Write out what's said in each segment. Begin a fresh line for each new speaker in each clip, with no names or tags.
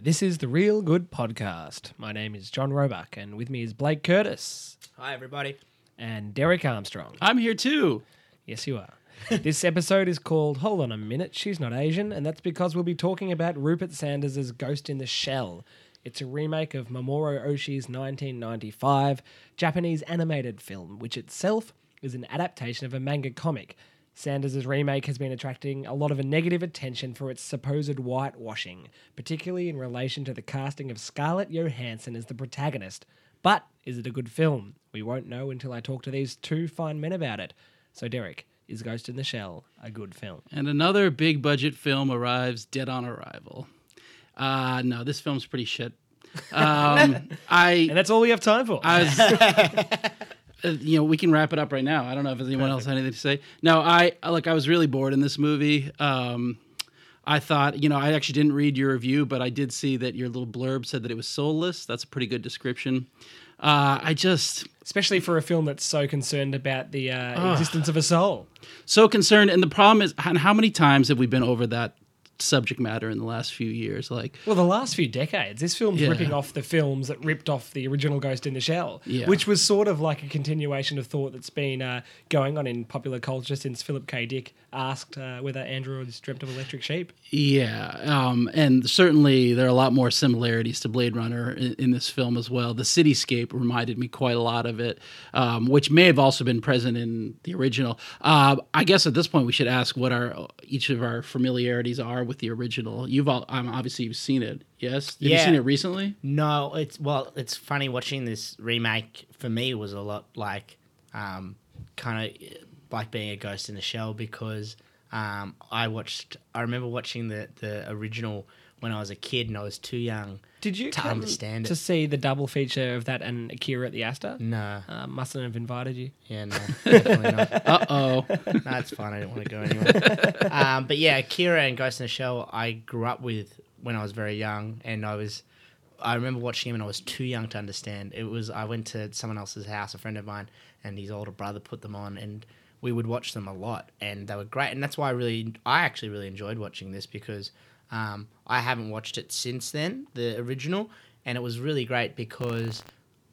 This is the Real Good Podcast. My name is John Roebuck, and with me is Blake Curtis
Hi, everybody.
and Derek Armstrong.
I'm here too.
Yes, you are. this episode is called Hold on a Minute, She's Not Asian, and that's because we'll be talking about Rupert Sanders' Ghost in the Shell. It's a remake of Mamoru Oshii's 1995 Japanese animated film, which itself is an adaptation of a manga comic. Sanders' remake has been attracting a lot of negative attention for its supposed whitewashing, particularly in relation to the casting of Scarlett Johansson as the protagonist. But is it a good film? We won't know until I talk to these two fine men about it. So, Derek, is Ghost in the Shell a good film?
And another big budget film arrives dead on arrival. Uh, no, this film's pretty shit. Um,
And
I,
that's all we have time for.
I was, uh, you know, we can wrap it up right now. I don't know if anyone else had anything to say. No, I look, I was really bored in this movie. Um, I thought, you know, I actually didn't read your review, but I did see that your little blurb said that it was soulless. That's a pretty good description. Uh, I just,
Especially for a film that's so concerned about the uh, existence of a soul.
so concerned. And the problem is, and how many times have we been over that subject matter in the last few years? Like,
Well, the last few decades, this film's
Yeah.
ripping off the films that ripped off the original Ghost in the Shell,
Yeah.
which was sort of like a continuation of thought that's been uh, going on in popular culture since Philip K. Dick asked uh, whether androids dreamt of electric sheep.
yeah, um, and certainly there are a lot more similarities to Blade Runner in, in this film as well. The cityscape reminded me quite a lot of it, um, which may have also been present in the original. Uh, I guess at this point we should ask what our each of our familiarities are with the original. You've all, um, obviously you've seen it, yes? Have you
Yeah.
seen it recently?
No, it's well, it's funny watching this remake. For me, was a lot like, um, kind of like being a ghost in the shell because um, I watched. I remember watching the the original when I was a kid and I was too young.
Did you
To
come
understand it.
to see the double feature of that and Akira at the Astor?
No,
Uh, mustn't have invited you.
yeah, no, definitely not.
Uh oh.
That's fine. I didn't want to go anywhere. um, but yeah, Akira and Ghost in the Shell, I grew up with when I was very young, and I was. I remember watching him, and I was too young to understand. It was I went to someone else's house, a friend of mine, and his older brother put them on, and we would watch them a lot, and they were great. And that's why I really, I actually really enjoyed watching this because um, I haven't watched it since then, the original, and it was really great because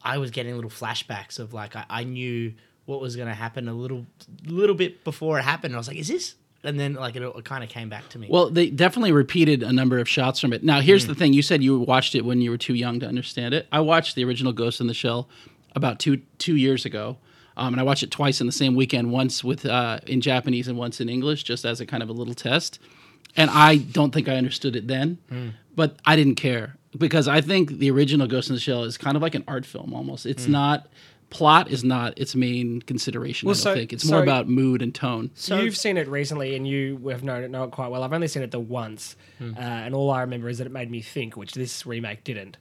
I was getting little flashbacks of like I, I knew what was going to happen a little little bit before it happened. I was like, "Is this?" And then like it, it kind of came back to me.
Well, they definitely repeated a number of shots from it. Now,
Hmm.
here's the thing: you said you watched it when you were too young to understand it. I watched the original Ghost in the Shell about two two years ago, um, and I watched it twice in the same weekend. Once with uh, in Japanese and once in English, just as a kind of a little test. And I don't think I understood it then,
Hmm.
but I didn't care because I think the original Ghost in the Shell is kind of like an art film almost. It's
Hmm.
not plot is not its main consideration.
Well,
I don't
so-
think it's more
so-
about mood and tone.
So-
You've seen it recently, and you have known it, know it quite well. I've only seen it the once, uh, and all I remember is that it made me think, which this remake didn't.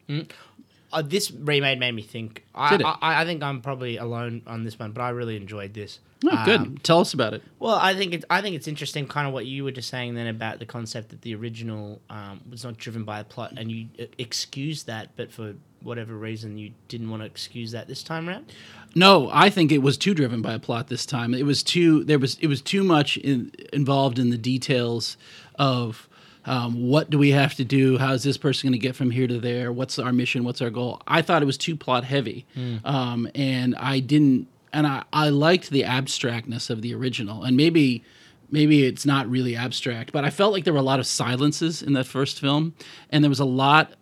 uh, this remade made me think. I,
Did it?
I I think I'm probably alone on this one, but I really enjoyed this.
Oh, good.
Um,
Tell us about it.
Well, I think it's I think it's interesting, kind of what you were just saying then about the concept that the original um, was not driven by a plot, and you uh, excused that, but for whatever reason you didn't want to excuse that this time around.
No, I think it was too driven by a plot this time. It was too there was it was too much in, involved in the details of um, what do we have to do? How is this person going to get from here to there? What's our mission? What's our goal? I thought it was too plot heavy, um, and I didn't. And I, I liked the abstractness of the original, and maybe maybe it's not really abstract, but I felt like there were a lot of silences in that first film, and there was a lot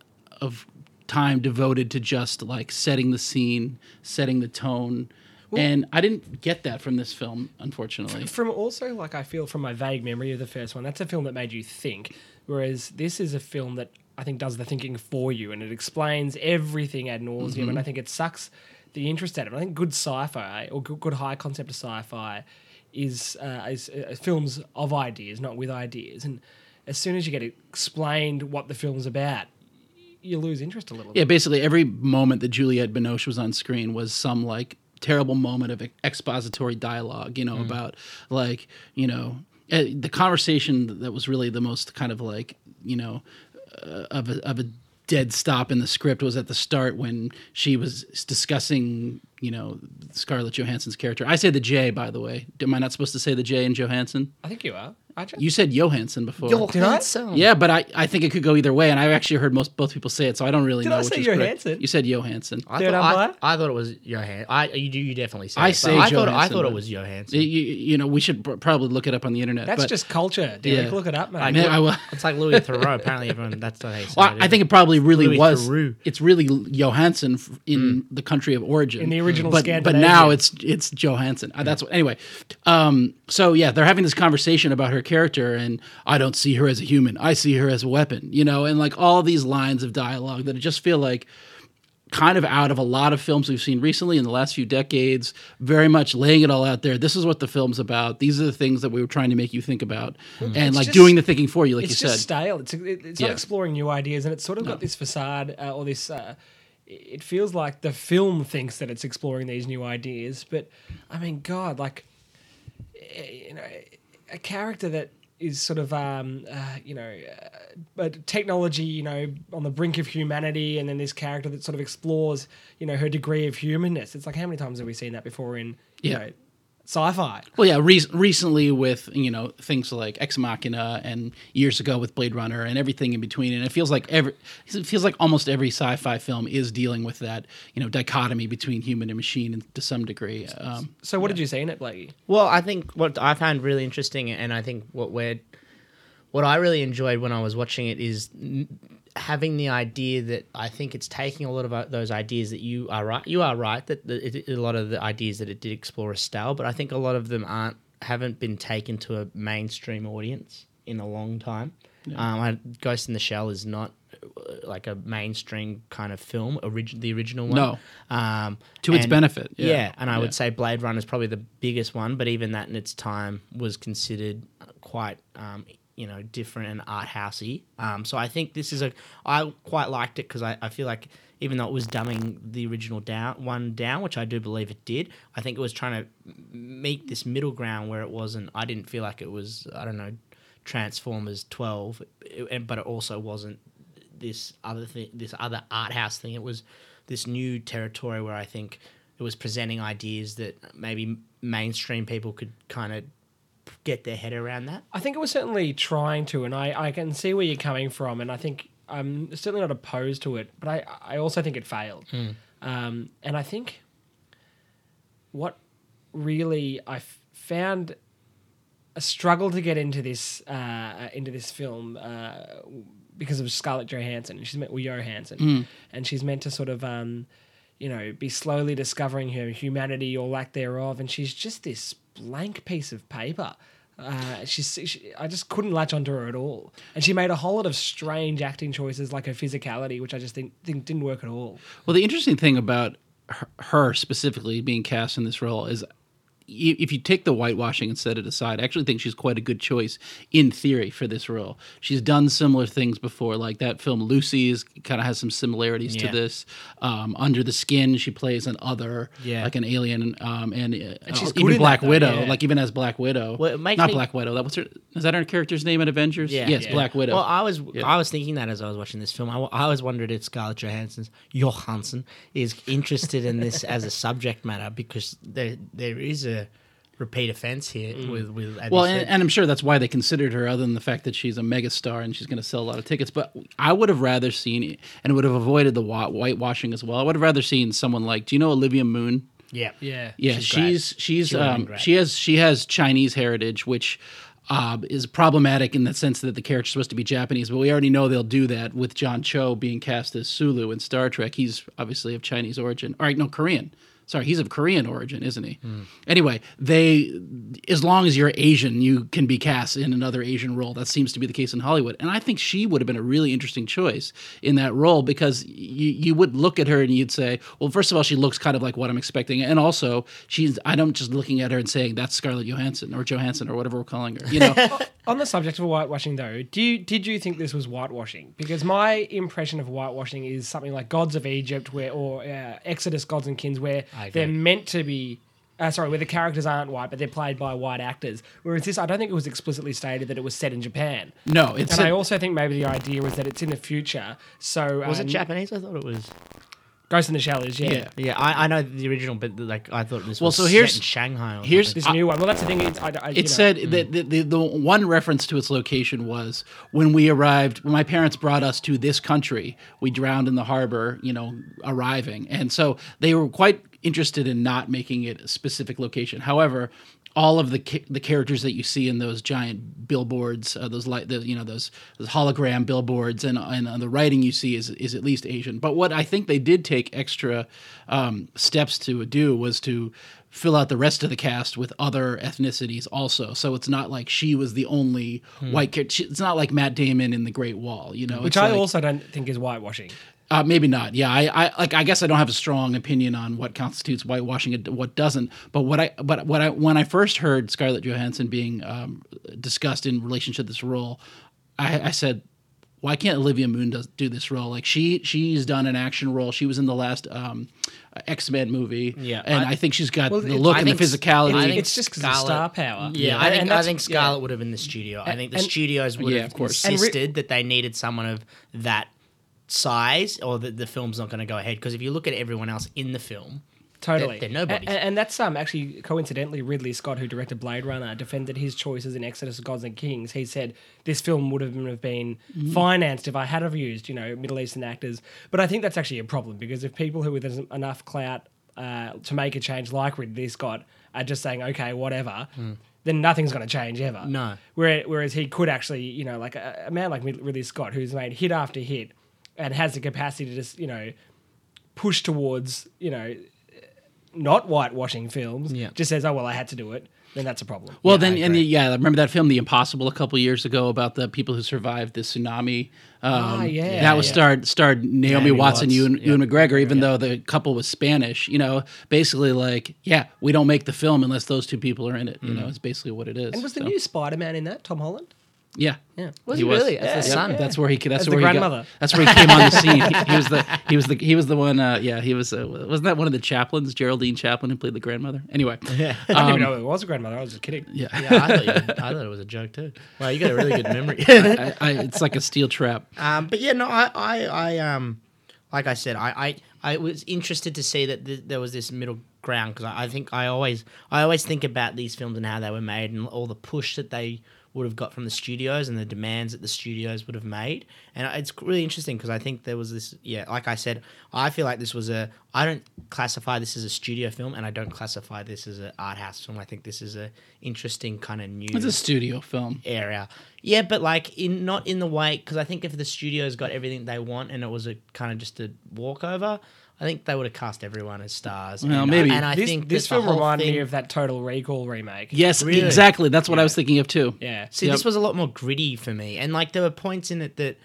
of time devoted to just like setting the scene, setting the tone. and I didn't get that from this film, unfortunately.
From also, like I feel from my vague memory of the first one, that's a film that made you think, whereas this is a film that I think does the thinking for you, and it explains everything ad nauseum,
Mm-hmm.
and I think it sucks the interest out of it. I think good sci-fi or good, good high concept of sci-fi is uh, is uh, films of ideas, not with ideas, and as soon as you get explained what the film's about, you lose interest a little.
Yeah, basically every moment that Juliette Binoche was on screen was some like terrible moment of expository dialogue, you know, about like, you know, eh, the conversation that was really the most kind of like, you know, uh, of a, of a dead stop in the script was at the start when she was s- discussing you know, Scarlett Johansson's character. I say the J, by the way. Am I not supposed to say the J in Johansson?
I think you are. I just,
You said Johansson before.
Did I?
Johansson.
yeah, but I, I think it could go either way, and I've actually heard most both people say it, so I don't really
Did
know
I
which
say
is correct.
Johansson?
You said Johansson.
I
Did
thought,
I
I,
lie?
I thought it was Johan. I you do you definitely say.
I
it, but
say
I thought I
Johansson,
thought it
but-
was Johansson.
You, you know, we should pr- probably look it up on the internet.
that's
but-
just culture, Derek.
Yeah.
Look it up, mate.
Like,
Man, I will-
it's like Louis Thoreau. Apparently, everyone that's not how you say
Well,
it,
I
is
think it probably really
Louis
was.
Theroux.
It's really Johansson f- in the country of origin,
In the original
But, but
Scandinavia.
now it's it's Johansson. Uh, That's what. Anyway, um, so yeah, they're having this conversation about her character, and I don't see her as a human. I see her as a weapon. You know, and like all these lines of dialogue that just feel like kind of out of a lot of films we've seen recently in the last few decades, very much laying it all out there. This is what the film's about. These are the things that we were trying to make you think about, and like
just-
doing the thinking for you, like
it's
you
just
said.
stale. It's it, it's not
Yeah.
exploring new ideas, and it's sort of got this facade uh, or this. Uh, it feels like the film thinks that it's exploring these new ideas, but I mean, God, like eh, you know, a character that is sort of um, uh, you know, uh, but technology, you know, on the brink of humanity, and then this character that sort of explores, you know, her degree of humanness. It's like how many times have we seen that before in you
Yeah.
know, sci-fi?
Well, yeah, re- recently with you know things like Ex Machina and years ago with Blade Runner and everything in between, and it feels like every it feels like almost every sci-fi film is dealing with that you know dichotomy between human and machine and to some degree. Um,
So what did you see in it, Blakey?
Well, I think what I found really interesting, and I think what we're, what I really enjoyed when I was watching it is n- having the idea that I think it's taking a lot of uh, those ideas that you are right. You are right that the, it, a lot of the ideas that it did explore are stale, but I think a lot of them aren't haven't been taken to a mainstream audience in a long time. Um, I, Ghost in the Shell is not uh, like a mainstream kind of film. Origi- the original one,
No.
Um,
To its benefit, yeah.
and I
Yeah.
would say Blade Runner is probably the biggest one, but even that in its time was considered uh, quite, um, you know, different and art housey. Um, so I think this is a I quite liked it because I, I feel like even though it was dumbing the original down one down, which I do believe it did, I think it was trying to m- meet this middle ground where it wasn't. I didn't feel like it was. I don't know. Transformers 12, it- and- but it also wasn't this other thing, this other art house thing. It was this new territory where I think it was presenting ideas that maybe mainstream people could kind of get their head around that.
I think it was certainly trying to, and I, I can see where you're coming from, and I think I'm certainly not opposed to it, but I, I also think it failed. Um, and I think what really I f- found a struggle to get into this uh, into this film uh, because of Scarlett Johansson. She's meant well, Johansson, and she's meant to sort of um, you know be slowly discovering her humanity or lack thereof, and she's just this blank piece of paper. Uh, she's, she, I just couldn't latch onto her at all, and she made a whole lot of strange acting choices, like her physicality, which I just think, think didn't work at all.
Well, the interesting thing about her- her specifically being cast in this role is i- if you take the whitewashing and set it aside, I actually think she's quite a good choice in theory for this role. She's done similar things before, like that film Lucy is kind of has some similarities
Yeah.
to this. Um, Under the Skin, she plays an other,
Yeah.
like an alien, um, and, uh,
she's
uh,
good in
even
that,
Black
though,
Widow,
yeah.
like even as Black Widow,
Well, it makes
not
me-
Black Widow. That what's her? Is that her character's name in Avengers? yes, Black Widow.
Well, I was I was thinking that as I was watching this film. I, wa- I always wondered if Scarlett Johansson's Johansson is interested in this as a subject matter because there there is a repeat offense here with with as you
Well,
said.
and, and I'm sure that's why they considered her, other than the fact that she's a megastar and she's going to sell a lot of tickets. But I would have rather seen, it, and would have avoided the wa- whitewashing as well. I would have rather seen someone like, do you know Olivia Moon?
yeah
Yeah,
She's
she's
great.
she's,
She would've been
um,
great.
she has she has Chinese heritage, which uh, is problematic in the sense that the character's supposed to be Japanese. But we already know they'll do that with John Cho being cast as Sulu in Star Trek. He's obviously of Chinese origin. All right, no Korean. Sorry, he's of Korean origin, isn't he?
Hmm.
Anyway, they, as long as you're Asian, you can be cast in another Asian role. That seems to be the case in Hollywood, and I think she would have been a really interesting choice in that role because you you would look at her and you'd say, well, first of all, she looks kind of like what I'm expecting, and also she's I don't just looking at her and saying that's Scarlett Johansson or Johansson or whatever we're calling her. You know,
On the subject of whitewashing, though, do you, did you think this was whitewashing? Because my impression of whitewashing is something like Gods of Egypt, where or uh, Exodus Gods and Kings, where
I agree.
they're meant to be. Uh, sorry, where the characters aren't white, but they're played by white actors. Whereas this, I don't think it was explicitly stated that it was set in Japan.
no, it's
and I also think maybe the idea was that it's in the future. So
was it
um,
Japanese? I thought it was.
Ghost in the Shell is, yeah.
Yeah.
Yeah, I, I know the original, but like I thought this
Well,
was
so
set
here's-
in Shanghai. Or
here's-
something.
This
I-
new one. Well, that's the thing. It's, I, I, you
It
know, mm.
said that the, the, the one reference to its location was when we arrived, when my parents brought us to this country, we drowned in the harbor, you know, arriving. And so they were quite interested in not making it a specific location. However, all of the ca- the characters that you see in those giant billboards, uh, those light, the, you know, those, those hologram billboards, and and uh, the writing you see is is at least Asian. But what I think they did take extra um, steps to do was to fill out the rest of the cast with other ethnicities also. So it's not like she was the only white character. It's not like Matt Damon in The Great Wall, you know.
Hmm. which
It's
I
like-
also don't think is whitewashing.
uh, maybe not. Yeah, I, I like. I guess I don't have a strong opinion on what constitutes whitewashing and what doesn't. But what I, but what I, when I first heard Scarlett Johansson being um, discussed in relation to this role, I, I said, why can't Olivia Moon does, do this role? Like she, she's done an action role. She was in the last um, X Men movie.
Yeah,
and I,
I-
think she's got
Well, it-
the look
I
and the
think s-
physicality.
I think
It's just because of
Scarlet-
star power.
Yeah, I think I
that's-
think
yeah.
Scarlet would have been the studio. I think the
and-
studios would
Yeah,
have
of course.
And re-
insisted that they needed someone of that size, or that the film's not going to go ahead. Because if you look at everyone else in the film,
Totally.
They're- they're nobodies.
A- a- And, that's um, actually coincidentally Ridley Scott, who directed Blade Runner, defended his choices in Exodus: Gods and Kings. He said this film would have been, have been
Mm-hmm.
financed if I had have used you know Middle Eastern actors. But I think that's actually a problem because if people who with en- enough clout uh, to make a change like Ridley Scott are just saying okay whatever. Then nothing's going to change ever.
Mm. No.
Whereas, whereas he could actually, you know, like a, a man like Ridley Scott, who's made hit after hit, and has the capacity to just, you know, push towards, you know, not whitewashing films,
Yeah.
just says, oh, well, I had to do it, then that's a problem.
Well,
Yeah, I
then, and
agree.
yeah, remember that film, The Impossible, a couple years ago about the people who survived the tsunami. Um,
Ah, yeah.
that was
Yeah.
starred starred Naomi,
Naomi
Watson,
Watts,
Ewan,
yeah.
Ewan McGregor, even though the couple was Spanish. You know, basically like, yeah, we don't make the film unless those two people are in it. You know, it's basically what it is.
and was the
So,
new Spider Man in that, Tom Holland?
yeah.
Yeah.
was
He
he
was.
really? That's the
Yeah.
son.
That's where he. That's
As the
where he got-
grandmother.
that's where he came on the scene. He, he was the. He was the. He was the one. Uh, yeah, he was. Uh, wasn't that one of the chaplains, Geraldine Chaplin, who played the grandmother? Anyway, yeah,
I didn't even know it was a grandmother. I was just kidding.
yeah.
Um, Yeah, I thought, you, I thought it was a joke too. Wow, you got a really good memory.
I, I, it's like a steel trap.
Um, but yeah, no, I, I, I um, like I said, I, I, I was interested to see that th- there was this middle ground because I, I think I always, I always think about these films and how they were made and all the push that they would have got from the studios and the demands that the studios would have made. And it's really interesting because I think there was this, yeah, like I said, I feel like this was a, I don't classify this as a studio film and I don't classify this as an art house film. I think this is a interesting kind of new
It's a studio film.
area. Yeah, but like in not in the way because I think if the studios got everything they want and it was a kind of just a walkover, I think they would have cast everyone as stars.
Well,
and,
maybe.
I, and I
this
think
this
that the
film
whole
reminded
thing-
me of that Total Recall remake.
Yes,
Really?
exactly. That's what I was thinking of too.
Yeah.
See,
Yep.
this was a lot more gritty for me, and like there were points in it that.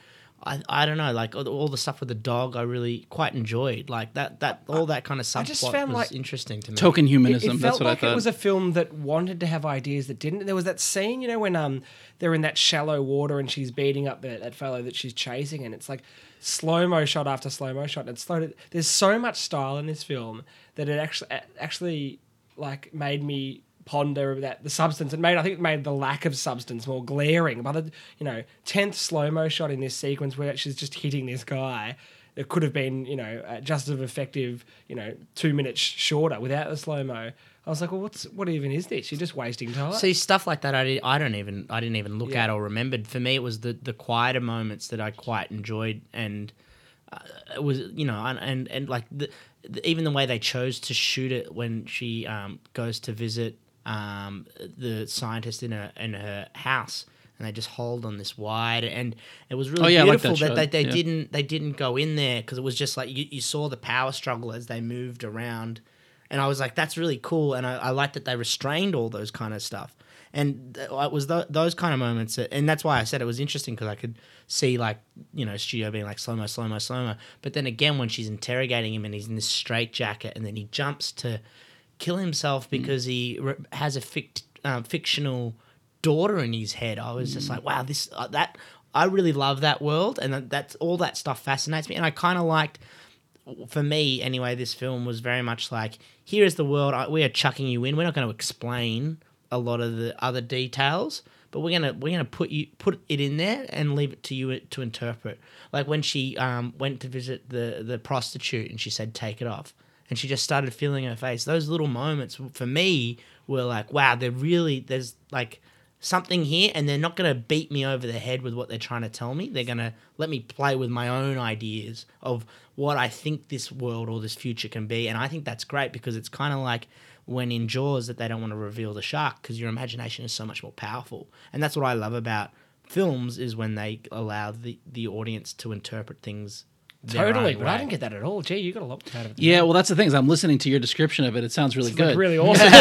I, I don't know, like all the- all the stuff with the dog, I really quite enjoyed. Like that, that all that kind of subplot
just found,
was
like,
interesting to me.
Token
It-
humanism.
It
that's
felt
what
like
I thought.
it was a film that wanted to have ideas that didn't. There was that scene, you know, when um they're in that shallow water and she's beating up that, that fellow that she's chasing, and it's like slow mo shot after slow mo shot. And it's slowed. There's so much style in this film that it actually actually like made me ponder that the substance. It made I think it made the lack of substance more glaring. By the you know tenth slow mo shot in this sequence where she's just hitting this guy it could have been, you know, uh, just as effective, you know, two minutes sh- shorter without the slow mo. I was like, well, what's what even is this? You're just wasting time.
See stuff like that. I, did, I don't even I didn't even look
Yeah.
at or remembered. For me, it was the the quieter moments that I quite enjoyed, and uh, it was you know and and, and like the, the, even the way they chose to shoot it when she um, goes to visit um, the scientist in her in her house. And they just hold on this wide, and it was really
Oh, yeah, I like
beautiful
that
that, they,
shot,
they
yeah.
didn't they didn't go in there because it was just like you, you saw the power struggle as they moved around and I was like, that's really cool. And I, I like that they restrained all those kind of stuff. And th- it was th- those kind of moments, that, and that's why I said it was interesting because I could see like you know studio being like slow mo, slow mo, slow mo. But then again, when she's interrogating him and he's in this straight jacket, and then he jumps to kill himself because he re- has a fict- uh, fictional daughter in his head. I was just like, wow, this uh, that I really love that world, and that, that's all that stuff fascinates me. And I kind of liked for me anyway, this film was very much like here is the world I, we are chucking you in. We're not going to explain a lot of the other details, but we're gonna we're gonna put you put it in there and leave it to you uh, to interpret. Like when she um, went to visit the the prostitute and she said, "Take it off," and she just started feeling her face. Those little moments for me were like, "Wow, they're really there's like." Something here, and they're not going to beat me over the head with what they're trying to tell me. They're going to let me play with my own ideas of what I think this world or this future can be. And I think that's great because it's kind of like when in Jaws that they don't want to reveal the shark because your imagination is so much more powerful. And that's what I love about films is when they allow the, the audience to interpret things. their own
Totally, but I
way.
didn't get that at all. Gee, you got a lot out of it.
Yeah, well, that's the thing is I'm listening to your description of it. It sounds really
It's,
good.
like, really awesome.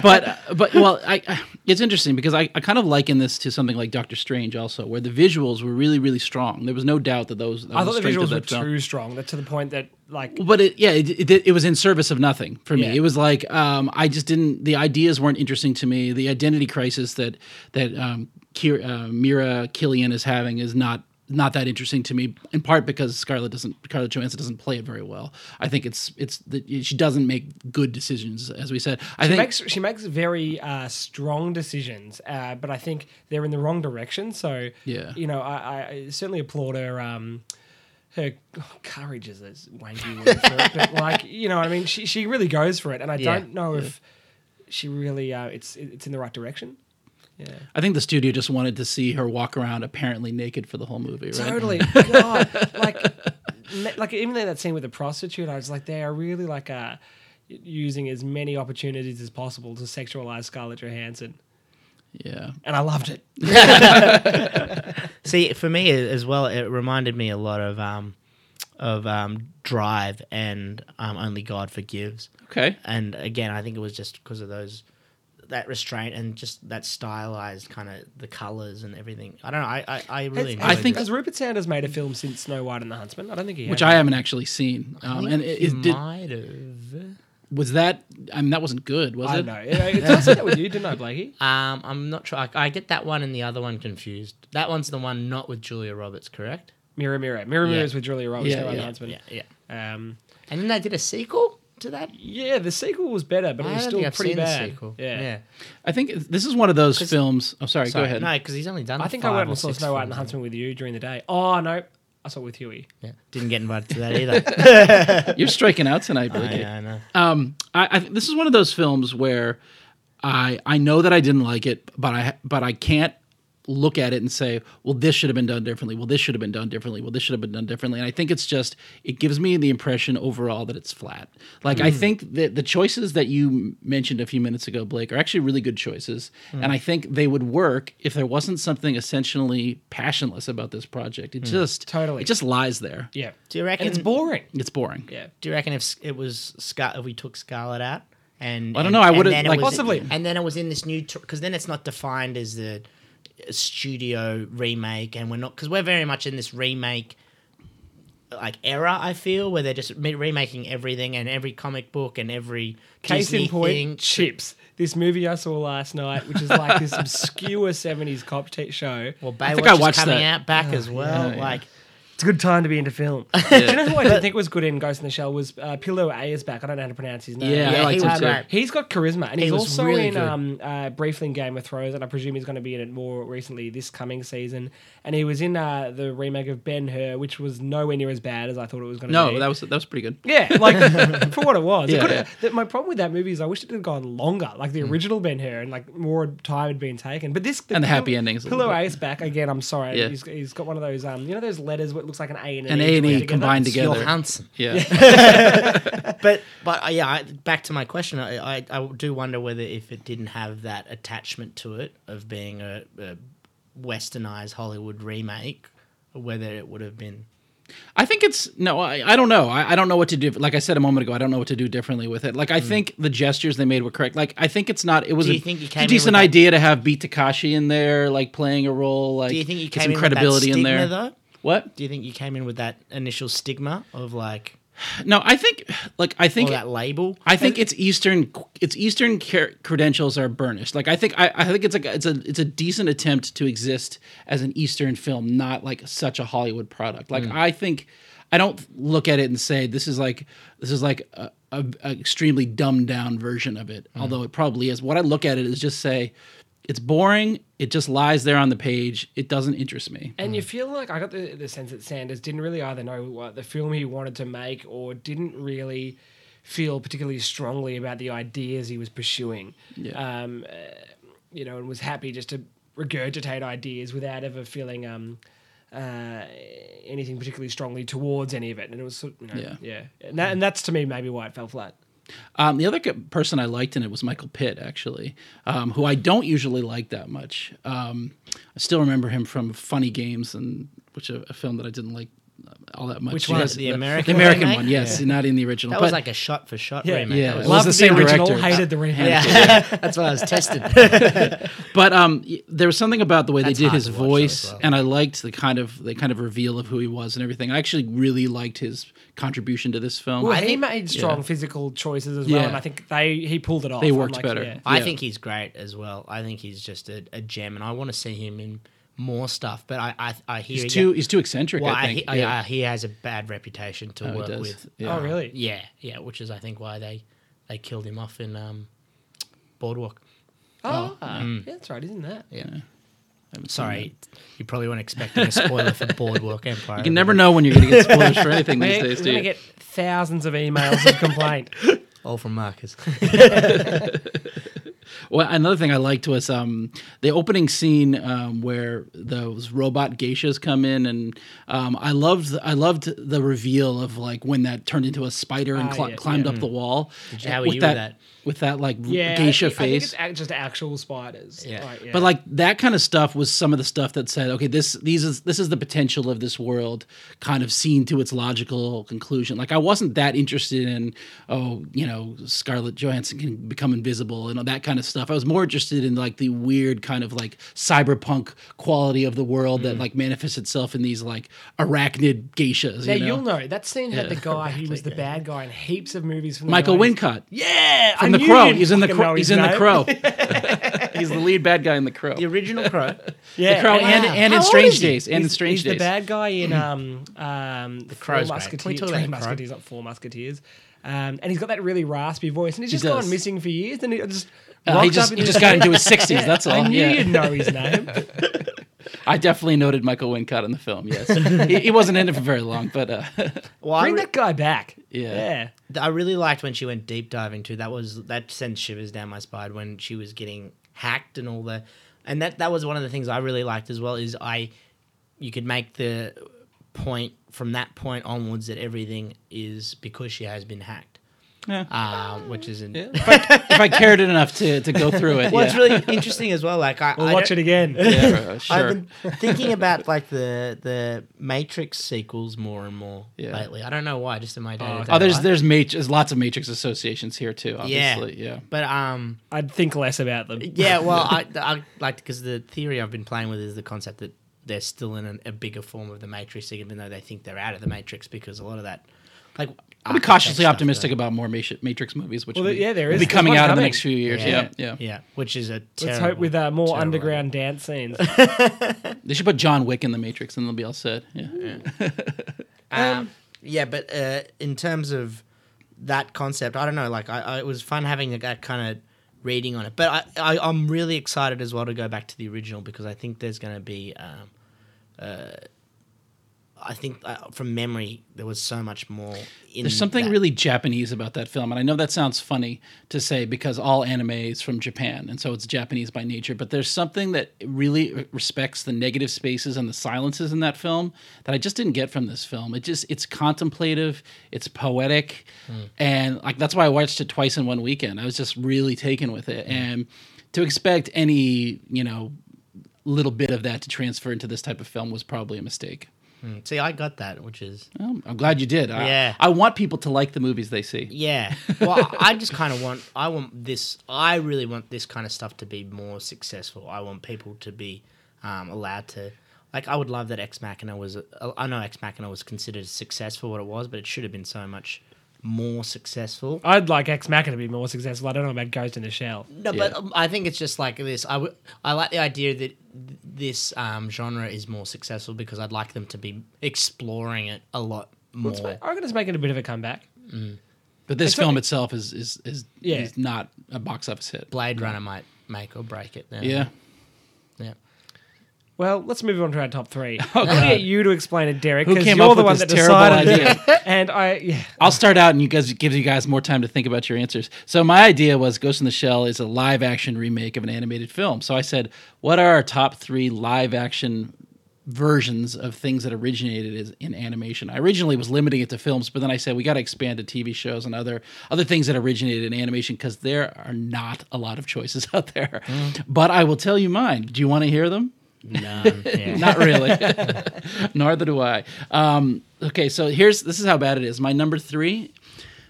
but uh, but well, I, I it's interesting because I, I kind of liken this to something like Doctor Strange also, where the visuals were really really strong. There was no doubt that those. That
I
was
thought the
strength of
visuals
that
were
film.
too strong. That to the point that like
But it, yeah, it, it, it was in service of nothing for me.
Yeah.
It was like um, I just didn't. The ideas weren't interesting to me. The identity crisis that that um, Kira, uh, Mira Killian is having is not not that interesting to me. In part because Scarlett doesn't, Scarlett Johansson doesn't play it very well. I think it's it's that she doesn't make good decisions, as we said. I
she
think
makes she makes very uh, strong decisions, uh, but I think they're in the wrong direction. So
Yeah.
you know, I, I- I certainly applaud her. Um, her oh, courage is a wanky word for it, but like you know, what I mean, she she really goes for it, and I
Yeah,
don't know if she really uh, it's it's in the right direction. Yeah,
I think the studio just wanted to see her walk around apparently naked for the whole movie, right?
totally. God, like me- like even in that scene with the prostitute, I was like, they are really like uh, using as many opportunities as possible to sexualize Scarlett Johansson,
Yeah.
and I loved it.
See, for me as well, it reminded me a lot of um, of um, Drive and um, Only God Forgives.
Okay.
And again, I think it was just because of those that restraint and just that stylized kind of the colors and everything. I don't know. I I, I really
Has-
enjoyed
I think-
it.
has Rupert Sanders made a film since Snow White and the Huntsman? I don't think he.
Which
has.
I haven't actually seen. Um, and it,
He
it did,
might have.
was that, I mean, that wasn't good, was
I
it?
know. It's also that with you, didn't I, Blakey?
Um, I'm not sure. I, I get that one and the other one confused. That one's the one not with Julia Roberts, correct?
Mira Mira. Mira Mira
Yeah.
is with Julia Roberts,
Yeah,
Snow White and
yeah,
the Huntsman.
Yeah, yeah.
Um,
And then they did a sequel to that.
yeah, the sequel was better, but it
I
was
don't
still
think I've
pretty
seen the
bad.
sequel.
Yeah.
yeah.
I think this is one of those films. Oh, sorry,
Sorry,
go ahead.
No, because he's only done.
I think I
five
went
or
and saw
six
Snow White and
films.
the Huntsman with you during the day. Oh no, I saw it with Huey.
Yeah, didn't get invited to that either.
You're striking out tonight,
I
Blakey.
know, I know.
um, I, I this is one of those films where I I know that I didn't like it, but I but I can't look at it and say, well, this should have been done differently. Well, this should have been done differently. Well, this should have been done differently. And I think it's just it gives me the impression overall that it's flat. Like
Mm-hmm.
I think that the choices that you m- mentioned a few minutes ago, Blake, are actually really good choices,
Mm.
and I think they would work if there wasn't something essentially passionless about this project. It just
Mm. Totally.
it just lies there.
Yeah.
Do you reckon
And it's boring.
It's boring.
Yeah.
Do you reckon if s- it was Scar- if we took Scarlet out and
I don't
and-
know, I
and
would've,
then it
like-
was-
Possibly.
and then it was in this new because then it's not defined as the studio remake, and we're not because we're very much in this remake like era. I feel where they're just me- remaking everything and every comic book and every
Case
Disney
in point,
thing.
Chips. This movie I saw last night, which is like this obscure '70s cop t- show.
Well,
I think
Baywatch
I
is
watched
coming
that.
out back as well.
yeah.
like
It's a good time to be into film. Do you know who I didn't think was good in Ghost in the Shell was uh, Pilo Ayersback. I don't know how to pronounce his name.
Yeah,
Yeah,
I liked
he
it
was
too.
great.
He's got charisma, and
He
he's
was
also
really
in
good.
um, uh, briefly in Game of Thrones, and I presume he's going to be in it more recently this coming season. And he was in uh, the remake of Ben Hur, which was nowhere near as bad as I thought it was going to be.
No, that was that was pretty good.
yeah, like for what it was. It
Yeah,
could've-
yeah.
th- my problem with that movie is I wish it had gone longer, like the original Ben Hur, and like more time had been taken. But this
And the happy endings a little
Pillow
bit.
Ace back again. I'm sorry,
Yeah.
he's, he's got one of those um, you know those letters where it looks like an A and
An
E
A and
joined
E combined
it's
together.
Johansson.
Yeah.
but but uh, yeah, I, back to my question, I, I I do wonder whether if it didn't have that attachment to it of being a, a westernized Hollywood remake, whether it would have been.
I think it's no. I, I don't know. I, I don't know what to do. Like I said a moment ago, I don't know what to do differently with it. Like I think the gestures they made were correct. Like I think it's not. It was
Mm. Do you
a,
think you
it's
came
a
in
decent
with that-
idea to have Beat Takashi in there, like playing a role. Like
Do you think you
get
came
some
in
credibility
with that stigma,
in there?
though?
What?
Do you think you came in with that initial stigma of like
No, I think. Like I
or
think.
that label?
I think it's Eastern. It's Eastern car- credentials are burnished. Like I think I, I think it's like a- it's a it's a decent attempt to exist as an Eastern film, not like such a Hollywood product. Like I think I don't look at it and say this is like this is like a, a, a extremely dumbed down version of it. Although it probably is. What I look at it is just say it's boring. It just lies there on the page. It doesn't interest me.
And you feel like I got the, the sense that Sanders didn't really either know what the film he wanted to make or didn't really feel particularly strongly about the ideas he was pursuing.
Yeah.
Um, uh, you know, and was happy just to regurgitate ideas without ever feeling um, uh, anything particularly strongly towards any of it. And it was, sort you know, yeah.
Yeah.
And, that, and that's to me maybe why it fell flat.
Um, the other g- person I liked in it was Michael Pitt, actually, um, who I don't usually like that much. Um, I still remember him from Funny Games, and which uh, a, a film that I didn't like uh, all that much.
Which
You
one?
guys-
The American
the American
remake?
one, yes, not in the original.
That
but
was like a shot for shot
Yeah.
remake.
Yeah,
That
it
was-
was-
Loved
the same
original,
director.
hated the remake.
yeah. that's why I was tested.
but um, y- there was something about the way
That's
they did
hard
his
to watch, though,
voice,
as well.
and I liked the kind of the kind of reveal of who he was and everything. I actually really liked his contribution to this film.
Well,
I
he
think-
made strong
yeah.
physical choices as well,
Yeah.
and I think they he pulled it off.
They
I'm
worked
like,
better.
yeah.
I
Yeah.
think he's great as well. I think he's just a, a gem, and I want to see him in more stuff. But I, I, I hear
he's
he-
too he's too eccentric.
Well,
I
I,
think.
he, I-
yeah.
I- he has a bad reputation to
Oh, he
work
does.
with.
Yeah.
Oh, really?
Yeah, yeah, which is I think why they they killed him off in um, Boardwalk.
Oh,
mm.
yeah, that's right, isn't that?
Yeah.
I haven't seen that.
Sorry, you probably weren't expecting a spoiler for Boardwalk Empire.
You can never know when you're going to get spoilers for anything
We're,
these days,
going
do
to
you?
get thousands of emails of complaint.
All from Marcus.
Well, another thing I liked was um, the opening scene um, where those robot geishas come in, and um, I loved I loved the reveal of like when that turned into a spider and
Ah,
cli-
yeah,
climbed up the wall.
you- how were you with that?
With that like
Yeah,
geisha
I think, I think
face.
it's act- just actual spiders.
Yeah.
Like,
But like that kind of stuff was some of the stuff that said, okay, this these is this is the potential of this world kind of seen to its logical conclusion. Like I wasn't that interested in, oh, you know, Scarlett Johansson can become invisible and all that kind of stuff. I was more interested in like the weird kind of like cyberpunk quality of the world
Mm.
that like manifests itself in these like arachnid geishas.
now
you know?
you'll know that scene had the guy who was the bad guy in heaps of movies from the
Michael
90s.
Wincott.
Yeah,
From
I
the
knew
Crow.
you'd
He's in the
fucking
Crow.
know
He's
his
in the
name.
Crow. He's the lead bad guy in the Crow.
the original Crow.
Yeah,
The Crow and- and in
How old
Strange
is he?
Days, and in
He's-
Strange
he's
Days. Hmm.
the bad guy in um um the Four
Crow's back. Can we
Musketeers,
talk about
Three
The Crow?
Musketeers, not Four Musketeers. Um, and he's got that really raspy voice, and he's just
does.
gone missing for years. And it just
Uh, he
rocked
just,
up
he
in
just got into his 60s, that's all.
I knew
yeah.
you'd know his name.
I definitely noted Michael Wincott in the film. Yes, he, he wasn't in it for very long, but uh,
Well, I,
Bring
re-
that guy back.
Yeah.
yeah.
I really liked when she went deep diving too. That was that sent shivers down my spine when she was getting hacked and all the, and that that was one of the things I really liked as well. Is I, you could make the point from that point onwards that everything is because she has been hacked,
yeah.
um, which is an,
if, I, if I cared it enough to, to go through it,
well,
yeah.
it's really interesting as well. Like I,
We'll
I
watch
don't-
it again.
Yeah, uh, sure.
I've been thinking about like the the Matrix sequels more and more
Yeah.
lately. I don't know why, just in my day.
oh, there's there's, Mat- there's lots of Matrix associations here too.
yeah,
Obviously, yeah.
But um,
I'd think less about them.
yeah. Well, I, I like because the theory I've been playing with is the concept that they're still in an, a bigger form of the Matrix, even though they think they're out of the Matrix because a lot of that, like,
i will be cautiously optimistic about more Mati- Matrix movies, which
Well,
will
there- yeah, there is.
will be
There's
coming
one
out in the
coming.
next few years. Yeah, yeah.
yeah. Which is a
Let's
terrible,
hope with uh, more
terrible
underground dance scenes.
They should put John Wick in the Matrix, and they'll be all set. Yeah,
Um, yeah, but uh, in terms of that concept, I don't know. Like, I, I it was fun having that kind of reading on it. But I, I, I'm really excited as well to go back to the original because I think there's going to be. Um, uh, I think uh, from memory there was so much more. in
There's something
Mm, that.
really Japanese about that film, and I know that sounds funny to say because all anime is from Japan, and so it's Japanese by nature. But there's something that really re- respects the negative spaces and the silences in that film that I just didn't get from this film. It just it's contemplative, it's poetic,
Hmm.
and like that's why I watched it twice in one weekend. I was just really taken with
Hmm.
it, and to expect any you know little bit of that to transfer into this type of film was probably a mistake.
Mm, See, I got that, which is
Well, I'm glad you did. I-
Yeah.
I want people to like the movies they see.
yeah. Well, I I just kind of want. I want this. I really want this kind of stuff to be more successful. I want people to be um, allowed to. Like, I would love that Ex Machina was. uh, I know Ex Machina was considered successful what it was, but it should have been so much more successful.
I'd like Ex Machina to be more successful. I don't know about Ghost in the Shell.
No, but um, I think it's just like this. I, w- I like the idea that th- this um, genre is more successful because I'd like them to be exploring it a lot more.
Let's make, I reckon it's making a bit of a comeback.
But this film itself is is is,
Yeah.
is not a box office hit.
Blade Runner might make or break it. Then.
Yeah.
yeah.
Well, let's move on to our top three. I'm going to get you to explain it, Derek,
Who
because
came
you're
up
the one
with this
that
terrible
decided
idea?
it. And I, yeah,
I'll start out and you guys give you guys more time to think about your answers. So my idea was Ghost in the Shell is a live action remake of an animated film. So I said, what are our top three live action versions of things that originated as, in animation? I originally was limiting it to films, but then I said we got to expand to TV shows and other other things that originated in animation because there are not a lot of choices out there. But I will tell you mine. Do you want to hear them?
None. Yeah.
Not really. Neither do I. Um, okay, so here's this is how bad it is. My number three,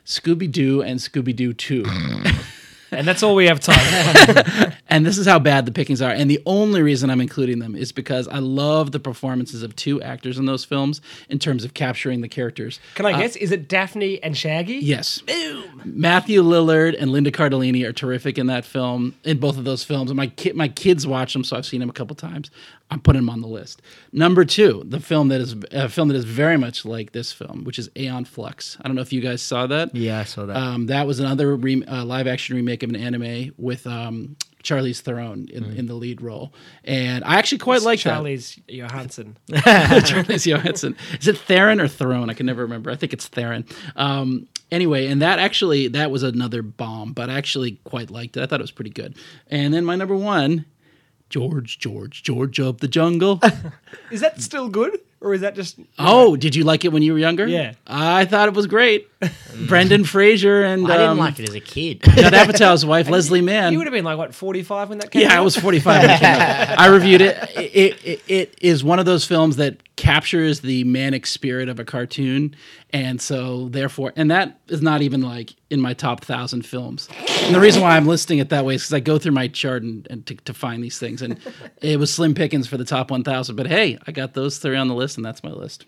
Scooby Doo and Scooby Doo Two,
and that's all we have time. for.
and this is how bad the pickings are. And the only reason I'm including them is because I love the performances of two actors in those films in terms of capturing the characters.
Can I guess? Is it Daphne and Shaggy?
Yes. Matthew Lillard and Linda Cardellini are terrific in that film, in both of those films. And my kid, my kids watch them, so I've seen them a couple times. I'm putting them on the list. Number two, the film that is a film that is very much like this film, which is Aeon Flux. I don't know if you guys saw that.
yeah, I saw that.
Um, that was another re- uh, live action remake of an anime with um, Charlize Theron in,
Mm.
in the lead role, and I actually quite like that.
Charlie's Johansson.
Charlize Johansson. Is it Theron or Theron? I can never remember. I think it's Theron. Um, anyway, and that actually that was another bomb, but I actually quite liked it. I thought it was pretty good. And then my number one, George, George, George of the Jungle.
Is that still good, or is that just?
oh, did you like it when you were younger?
Yeah.
I thought it was great. Brendan Fraser and
I didn't
um,
like it as a kid.
Judd Apatow's wife, Leslie Mann.
You would have been like what 45 when that came.
Um, Yeah,
out?
I was 45 when it came out. I reviewed it. It, it. it is one of those films that captures the manic spirit of a cartoon. And so, therefore, and that is not even like in my top thousand films. And the reason why I'm listing it that way is because I go through my chart and, and to, to find these things. And it was slim pickings for the top 1,000. But hey, I got those three on the list, and that's my list.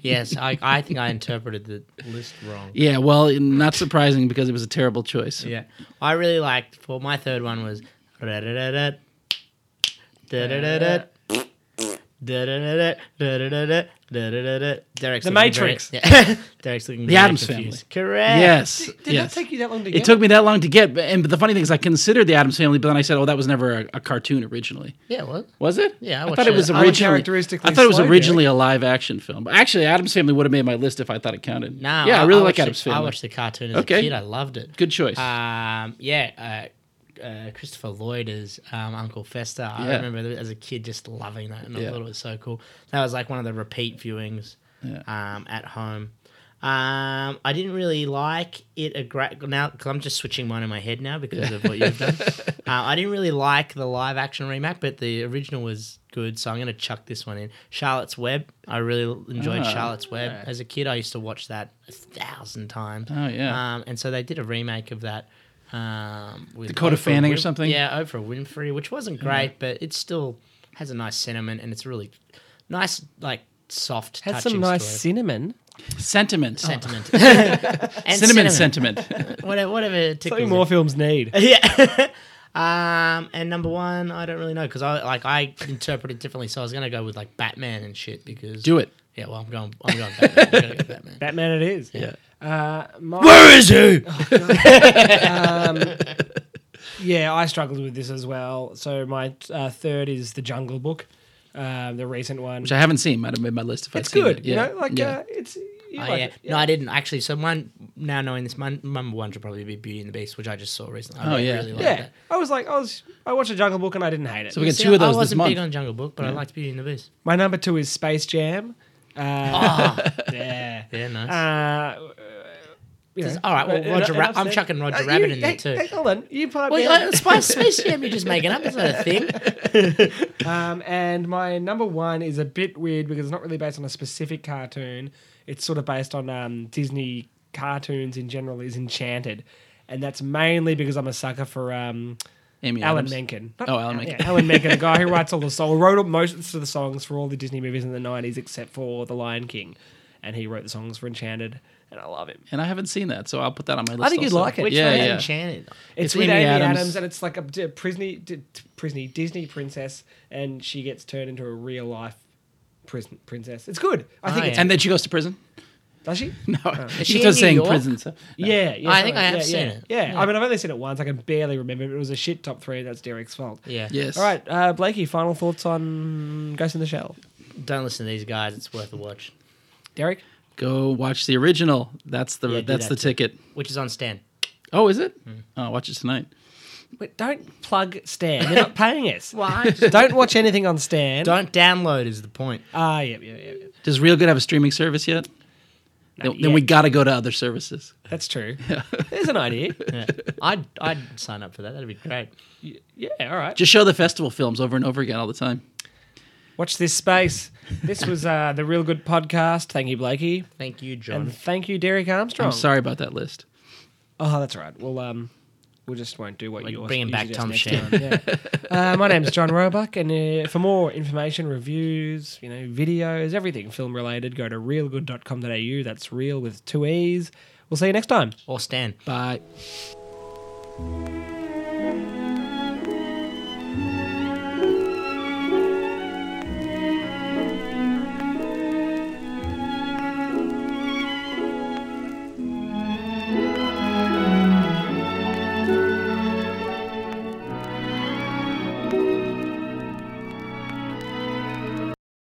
yes, I, I think I interpreted the list wrong.
Yeah, well, not surprising because it was a terrible choice.
Yeah. I really liked, for my third one was. da-da-da-da, da-da-da-da, da-da-da-da, da-da-da-da, da-da-da-da. Derek's
The
looking very-
Matrix.
Yeah. Derek's looking The
Addams
Correct.
Yes.
Did
yes.
that take you that long to get?
It took me that long to get, but- and but the funny thing is, I considered the Adams Family, but then I said, "Oh, that was never a, a cartoon originally,
Yeah, well.
was it?"
Yeah, I
I,
watched
thought it
it.
was
I would
originally.
characteristically
I thought it was
slow,
originally a live action film. But actually, Adams Family would have made my list if I thought it counted.
No,
yeah, I, really like
watched
Adams
the, I
Family.
watched the cartoon as
Okay.
a kid. I loved it.
Good choice.
Uh,
Um, yeah, uh, uh, Christopher Lloyd as um, Uncle Fester. I
Yeah.
remember as a kid just loving that, and I
Yeah.
thought it was so cool. That was like one of the repeat viewings um, at home. Um, I didn't really like it a great now because I'm just switching mine in my head now because of what you've done. uh, I didn't really like the live action remake, but the original was good, so I'm gonna chuck this one in. Charlotte's Web. I really enjoyed
Ah,
Charlotte's Web as a kid. I used to watch that a thousand times.
Oh, yeah.
Um, and so they did a remake of that. Um, with
Dakota
Oprah
Fanning or
Win-
something?
Yeah, Oprah Winfrey, which wasn't great, but it still has a nice sentiment and it's really nice, like soft,
Has some
touching
nice
story.
cinnamon.
sentiment,
sentiment.
Oh,
and
cinnamon, sentiment.
Whatever, whatever tickles
Something
you.
more films need.
Yeah. um, and number one, I don't really know because I like I interpreted differently, so I was gonna go with like Batman and shit because
Do it.
Yeah, well, I'm going. I'm going Batman. I'm gonna go Batman.
Batman, it is.
Yeah.
Uh, my, Oh, Um,
Where is he?
Yeah, I struggled with this as well. So my uh, third is the Jungle Book, um, the recent one.
Which I haven't seen. Might have made my list if I'd
it's
seen
good,
it.
you know. Like
yeah.
uh, it's. You
Oh,
like
yeah.
it.
No, I didn't actually. So my now knowing this, my number one should probably be Beauty and the Beast, which I just saw recently. I
Oh,
really,
yeah.
really like
Yeah,
that.
I was like, I was. I watched the Jungle Book and I didn't hate it.
So we get
See,
two of
I
those this
wasn't
month.
big on Jungle Book, but I liked Beauty and the Beast.
my number two is Space Jam. Uh,
Oh,
yeah.
Yeah, nice.
Uh, you know.
all right, well,
Uh,
Roger
uh,
Rab-
uh,
I'm
uh,
chucking Roger
uh, you-
Rabbit in there
hey,
too.
hey, hold on, you pipe
Wait,
down.
like, Space, Space Jam, you're just making up. It's not a thing.
Um, and my number one is a bit weird because it's not really based on a specific cartoon. It's sort of based on um, Disney cartoons in general. Is Enchanted, and that's mainly because I'm a sucker for um,
Amy
Alan
Adams.
Menken.
Oh, Alan Menken.
Yeah, Alan Menken, the guy who writes all the songs, wrote most of the songs for all the Disney movies in the '90s, except for The Lion King, and he wrote the songs for Enchanted, and I love him.
And I haven't seen that, so I'll put that on my list.
think you'd
also.
like it.
Which
yeah,
one's
yeah.
Enchanted?
It's,
It's
with Amy
Amy
Adams.
Adams.
and it's like a d- Prisney, d- t- Prisney Disney princess, and she gets turned into a real life prison princess. It's good. I think
Oh,
it's
yeah.
And then she goes to prison.
Does she?
No,
she
she
in
does
New
saying
York?
prison. So.
Yeah, yeah.
I think
something
I
like-
have
yeah,
seen
yeah.
it.
Yeah. I mean, I've only seen it once. I can barely remember. It It was a shit top three. That's Derek's fault.
Yeah.
Yes.
All right, uh, Blakey. Final thoughts on Ghost in the Shell?
Don't listen to these guys. It's worth a watch.
Derek.
Go watch the original. That's the
Yeah, do
that's
that
the
too. Hmm.
ticket.
Which is on Stan.
Oh, is it? Oh, watch it tonight.
But don't plug Stan. They're not paying us.
Why?
don't watch anything on Stan.
Don't download is the point.
Ah, yeah, yeah, yeah, yeah.
Does Real Good have a streaming service yet? Then, then we
yet.
got to go to other services.
That's true. There's an idea.
Yeah. I'd I'd sign up for that. That'd be great.
Y- Yeah, all right.
Just show the festival films over and over again all the time.
Watch this space. This was uh, the Real Good Podcast. Thank you, Blakey.
Thank you, John.
And thank you, Derek Armstrong.
Oh.
I'm sorry about that list.
Oh, that's all right. Well, um, we just won't do what
Like,
you
bring him
you
back,
suggest
Tom
next
Shannon.
time, yeah. uh, my name's John Roebuck, and uh, for more information, reviews, you know, videos, everything film related, go to realgood.com.au. That's real with two e's. We'll see you next time.
or Stan.
Bye.